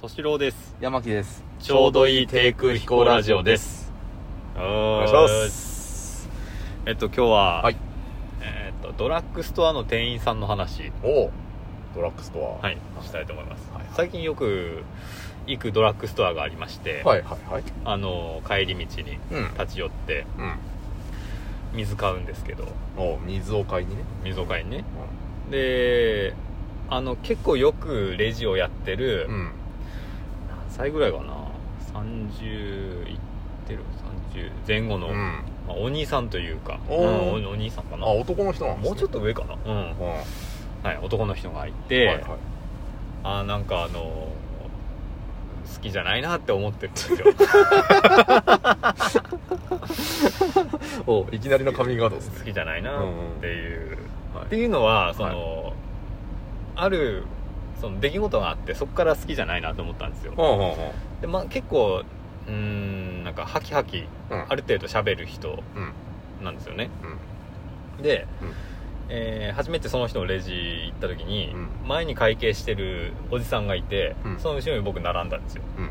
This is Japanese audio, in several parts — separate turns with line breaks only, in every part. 敏郎です。
山木です。
ちょうどいい低空飛行ラジオです。お
お
願
願いします。
えっと、今日は、
はい
えっと、ドラッグストアの店員さんの話、
おうドラッグストア。
はい、したいと思います。
はいはい
最近よく行くドラッグストアがありまして、
はいはいはい。
あの、帰り道に
うん。
立ち寄って、
うん。
水買うんですけど、
おう水を買いにね。
水を買いにね。で、あの、結構よくレジをやってる、
うん。
何歳ぐらいかな30いってる30前後の、
うん。
まあ、お兄さんというか、うん
おー
おお兄さんかな
あ、男の人なんですね
もうちょっと上かな、うん
うん。は
はい、男の人がい
い
て、
はい。
あなんかあのー好きじゃないなって思ってるんですよ
おういきなりのカミングアウトです
好
ね。
きじゃないなっていう、
はい
っていうのはその、あるその出来事があってそこから好きじゃないなと思ったんですよ、
うんうんうん。
でまあ、結構うーんなんかハキハキ
うん
ある程度喋る人
うん。
なんですよね
うん。
で、
うん
えー初めてその人のレジ行った時に、
う
前に会計してるおじさんがいて、
うん
その後ろに僕並んだんですよ
う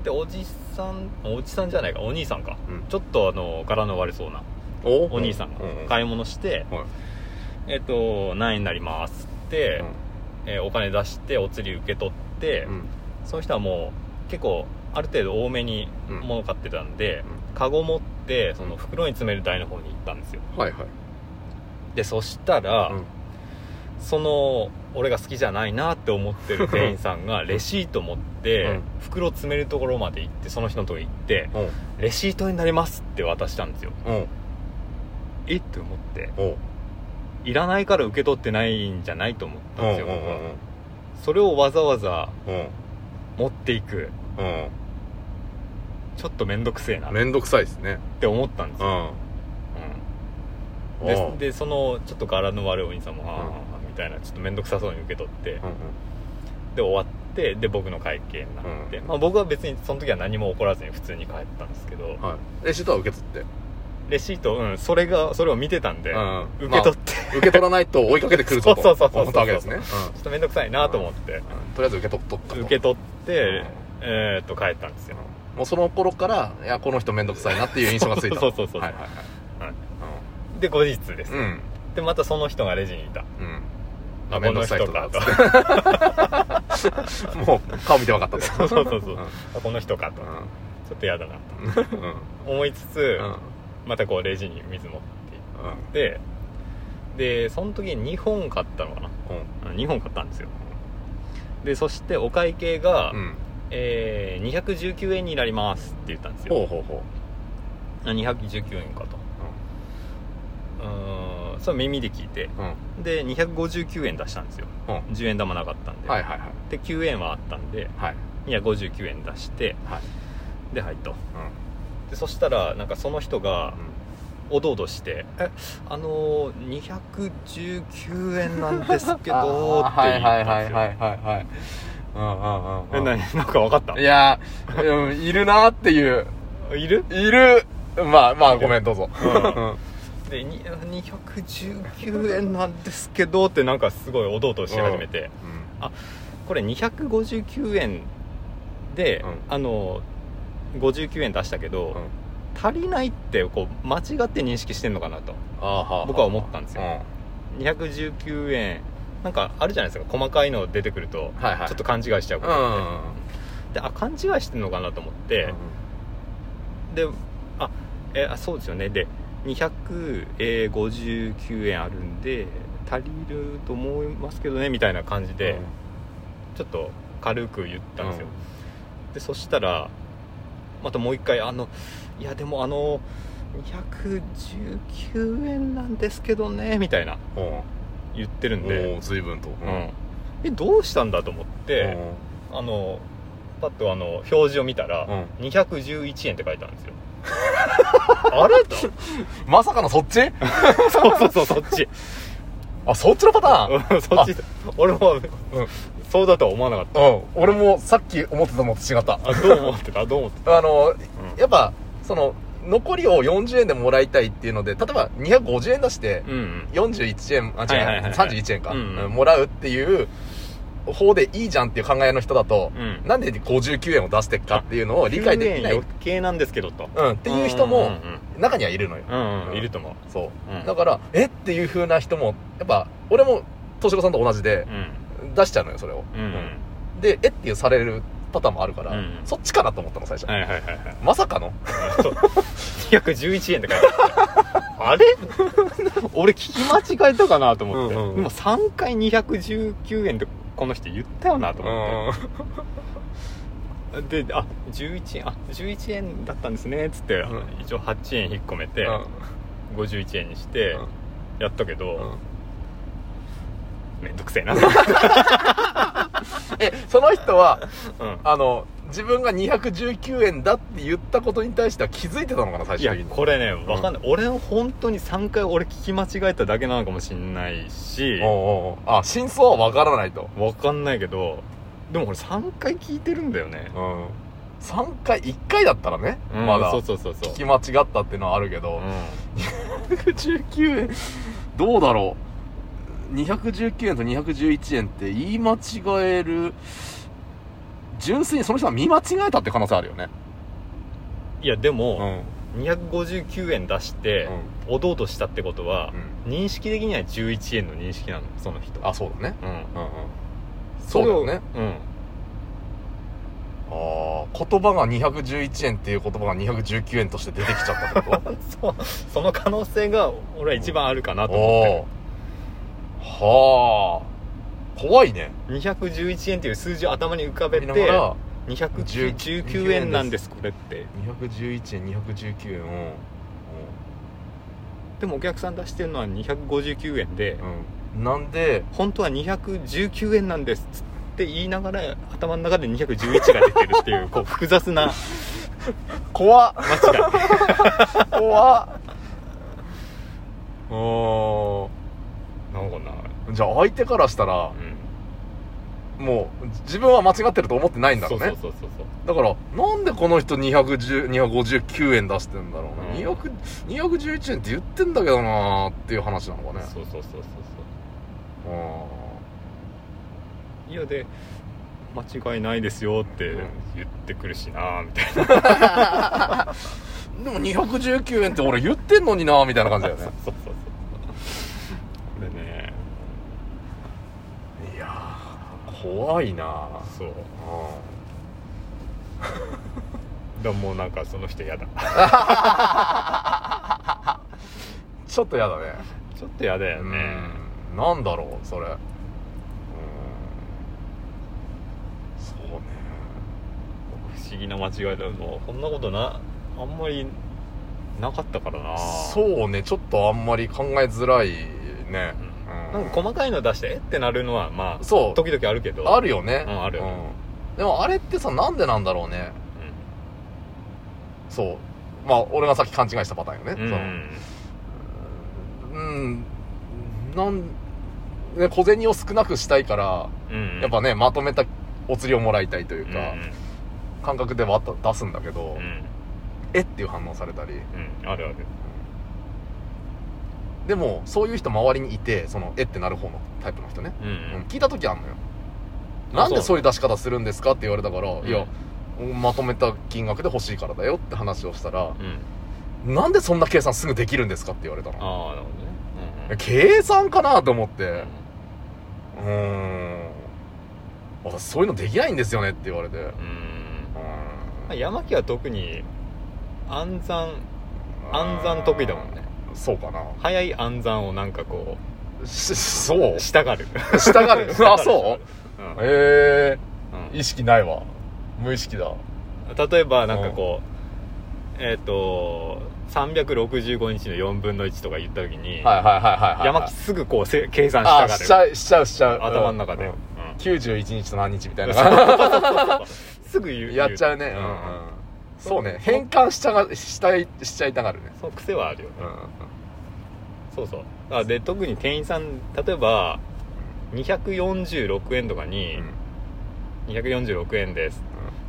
ん。
でおじさんおじさんじゃないかお兄さんか
うん。
ちょっとあの柄の悪そうな
おう
お兄さんが
うんうん。
買い物して、
はい
えっ、と何円になりますって、えーお金出してお釣り受け取って、
うん。うん。
その人はもう結構ある程度多めに
うん
物買ってたんで、カゴ持ってその袋に詰める台の方に行ったんですよ
はいはい。
でそしたら、
うん
その俺が好きじゃないなって思ってる店員さんがレシート持って、
うん
袋詰めるところまで行ってその人のとこ行って
おう
「レシートになります」って渡したんですよ
おう
えっと思って
おう
いらないから受け取ってないんじゃないと思ったん
うん
ですよ、僕はそれをわざわざ
うんうん
持っていく
うんうん
ちょっと面倒くせえなっ
めんどくさいですね
て思ったんです
うん
よ、うん
おう
ででそのちょっと柄の悪いお兄さんも「あ
うん
あ」みたいなちょっと面倒くさそうに受け取って、
うん
で終わってで僕の会計になって、
うん
まあ、僕は別にその時は何も起こらずに普通に帰ったんですけど
うんはいレシートは受け取って
レシート、うん、それがそれを見てたんで、
うん
受け取って、
受け取らないと追いかけてくるぞと
そうそうそうそう
思ったわけですね、うん
ちょっと面倒くさいなと思って、
とりあえず受け取っとったと
受け取って、えーっと帰ったんです
うん
よ、
もうその頃からいやこの人めんどくさいなっていう印象がつい た
そうそうそうそう
はいはいはい
はいで後日です、
うんうん
でまたその人がレジにいた
うん
あ
あめんどくさい人だ
この人
と もう顔見て分かった
そ
と
うそうそうそう
うん
あこの人かとちょっと嫌だなと
うんうん
思いつつ、またこうレジに水持って行ってでその時に2本買ったのかな2本買ったんですよでそしてお会計が、
うんうん
えー219円になりますって言ったんです
ほう
よ
ほうほ
あ219円かとうーんそれ耳で聞いて
ううん
で259円出したんですよ
うん
10円玉なかったんで、
はいはいはい
で9円はあったんで
はい
259円出して
はい
で入っと
うん
でそしたらなんかその人がおどおどして「えあのー、219円なんですけど」
あ
って
ー
言
はい
っ
は
たんで
いはい
す
は
よ
いはいはいう
え
んうんうんうん
何 なんか分かった
いやーうんいるなーっていう
いる
いるまあまあごめんどうぞうん
でに219円なんですけどってなんかすごいおどおどし始めて、これ259円で、
うん
あのー、59円出したけど、
うん
足りないってこう間違って認識してんのかなと僕
僕
は思ったんですよ219円なんかあるじゃないですか細かいの出てくると
はいはい
ちょっと勘違いしちゃう
う
こ
ん
と
うん
があって、であ勘違いしてんのかなと思って、であえあそうですよねで259円あるんで足りると思いますけどねみたいな感じで、ちょっと軽く言ったんですよ、でそしたらまたもう一回あのいやでもあの219円なんですけどねみたいな
うんうん
言ってるんで、
おお随分と
う
うん
えどうしたんだと思って、あのパッとあの表示を見たら、
うん
211円って書いてある んですよあれと
まさかのそっち
そうそうそうそっ ち
あそっちのパターン
うんそっち俺も、
うん
そうだとは思わなかっ
うん俺もさっき思ってたのと違った
たあどう思ってたどう思って
あの
た
やっぱその残りを40円でもらいたいっていうので例えば250円出して
うんうん
41円あ
はいはい
違
は
う
いはい
31円か
うんうん
もらうっていう方でいいじゃんっていう考えの人だと、
うん
なんで59円を出してっかっていうのを理解できない、
9年余計なんですけどと
うん、っていう人も中にはいるのよ、
うんうんうんうんいると思う
そううんだからえっていう風な人もやっぱ俺も敏郎さんと同じで
うん
出しちゃうのよそれを、
うん
でえっていうされるパターンもあるから、
うん
そっちかなと思ったの最初、
はいはいはいはい
まさかの
そう211円って書いてある あれ俺聞き間違えたかなと思って、
うんうんうん
でも3回219円ってこの人言ったよなと思って、であ11円あ11円だったんですねっつって、
うん
一応8円引っ込めて、
うん
51円にして
うん
やったけど、
うん
めんどく せえな、
えその人は
うん
あの自分が219円だって言ったことに対しては気づいてたのかな最
い
終
や
的に
これねわかんない、俺本当に3回俺聞き間違えただけなのかもしんないし
おうおうおうあ真相は分からないと、
わかんないけどでも俺3回聞いてるんだよね、
うん、3回1回だったらね、
うん
まだ
そうそうそうそう
聞き間違ったっていうのはあるけど、
う
219円どうだろう219円と211円って言い間違える純粋にその人は見間違えたって可能性あるよね
んいやで
うん
も、259円出して、おどうとしたってことは、認識的には11円の認識なのその人
あそうだね
うん
うんうんそうだよね
うん
ああ言葉が211円っていう言葉が219円として出てきちゃったってこ
そ うその可能性が俺は一番あるかな
と
と思って
おおはあ怖いね
211円っていう数字を頭に浮かべて
だから
219円なんですこれって
211円219円うん
でもお客さん出してるのは259円で、
うんなんで
本当は219円なんですっつって言いながら頭の中で211が出てるって いうこう複雑な
怖っ
間違い
怖っお
なんかな、
ーじゃあ相手からしたら
う
もう自分は間違ってると思ってないん
ん、
だ
そ
ろ
う
う
そう
ね
そうそうそう
だからなんでこの人210 259円出してんだろう
うん
な、200 211円って言ってんだけどなーっていう話なのかね
そうそうそうそうそ
うん
ういやで間違いないですよって言ってくるしなみたいな
でも219円って俺言ってんのになーみたいな感じだよ ね
そうそうそうこれね
いやー怖いなー
そう
うん
だもうなんかその人嫌だ
ちょっとやだね
ちょっと嫌だよね
うんなんだろうそれうんそうね
不思議な間違いだもうこんなことなあんまりなかったからな
そうねちょっとあんまり考えづらいね、
うん
う
なんんか細かいの出してえってなるのはまあ
そう
時々あるけど
あ
る、
るよね、
うんあるよね
でもあれってさなんでなんだろうねそうまあ俺がさっき勘違いしたパターンよ
うん
ね、そのうんなんね小銭を少なくしたいから
うん
やっぱねまとめたお釣りをもらいたいという
うん
か、感覚でわた出すんだけど、
うん
えっていう反応されたり
うんうんあるある
でもそういう人周りにいてそのえってなる方のタイプの人ね、
うん
うん聞いた時あんのよなんで
あそ
そう
う
いう出し方するんですかって言われたから、
ん
いやまとめた金額で欲しいからだよって話をしたら
う、ん
なんでそんな計算すぐできるんですかって言われたの
ああなるほどねうんうん
計算かなと思って
うん
うーん私そういうのできないんですよねって言われてう
うん
ーん
まあ山木は特に暗算暗算得意だもんね
そうかな
早い暗算をなんかこ
しそう
う したがる
したがるあそ
う、
う
ん
え
うん
え意識ないわ無意識だ
例えばなんかこうえっ、と365日の4分の1とか言った時に、
はいはいはいはいはい、はい、
山木すぐこうせ計算した
あ
が
し
る
ちゃうしちゃうしちゃう
頭の中で、
うん
うん
91日と何日みたい
そうそう
な
そうそうすぐ言う
やっちゃうね
言
うん
う
うん
うん
そうね変換しちゃがしたいしちゃいたがるね
その癖はあるよね
うんうん
そうそうあで特に店員さん例えば246円とかに「246円です」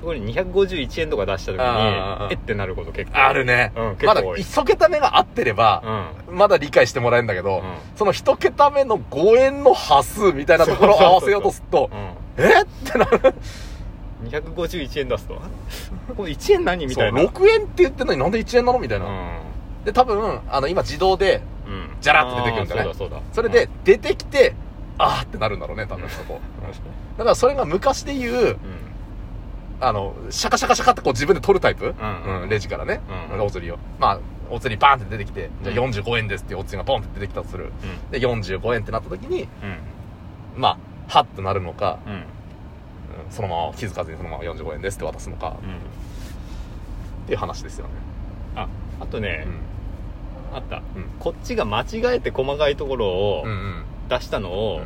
そこに251円とか出した時
ああああ
にえってなること結構
あるね
うん結
まだ
構多い
一桁目が合ってれば
うん
まだ理解してもらえるんだけ
う
ど
ん
その一桁目の5円の端数みたいなところを合わせようとすると
うん
えってなる
251円出すとあこの1円何みたいな
そう6円って言ってんのになんで1円なのみたいな、で多分あの今自動で
うん、うん、
じゃらって出てくるんだね
あーそうだそうだ
それで出てきて、あーってなるんだろうね多分そこ
うん
だからそれが昔で言うあのシャカシャカシャカってこう自分で取るタイプ、
ん
レジからね、
うん
お釣りをまあお釣りバーンって出てきて、じゃあ45円ですっていうお釣りがポンって出てきたとするで45円ってなった時に
うん
まあハッとなるのか、
うんうん
うんそのまま気づかずにそのまま45円ですって渡すのか
うん
っていう話ですよね、
ああとね、あった
うんうん
こっちが間違えて細かいところを
うんうん
出したの
う
を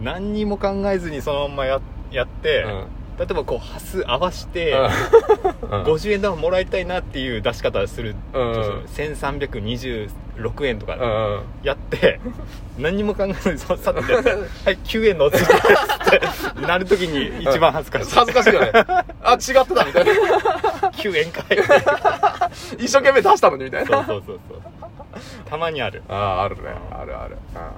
ん
何にも考えずにそのまんまややって、例えばこう端数合わして、
うん
50円玉もらいたいなっていう出し方する
うん
とする1326円と
う
か
んうん
や って、何にも考えずにささってやってはい9円のお釣りです ってなるときに一番恥ずかしい
恥ずかしいよねあ違ってたみたいな
9円かいってそう
一生懸命出したのにみたい
そう
な
そうそうたまにある
あああるね
うん
あるあるあ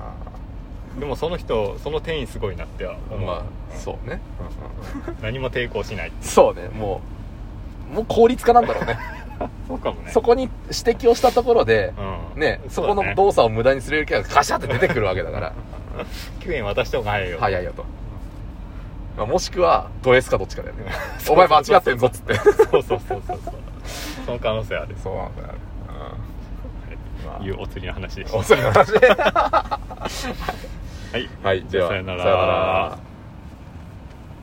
でもその人その店員すごいなって思
あ
う、
まあそうね
何も抵抗しない
そうねもうもう効率化なんだろ うね
そうかもね
そこに指摘をしたところで
うん
ねそうこ
だ
の動作を無駄にするよりはカシャって出てくるわけだ から
9円渡した方が早いよ
早いよと、まあ、もしくはド S かどっちかだよねお前間違ってんぞっつって
そうそうそうそうそうその可能性ある
そうなんだよ、うんまあ
いうお釣りの話でした
おそれの話
はい
はいでは
さよなら
さよなら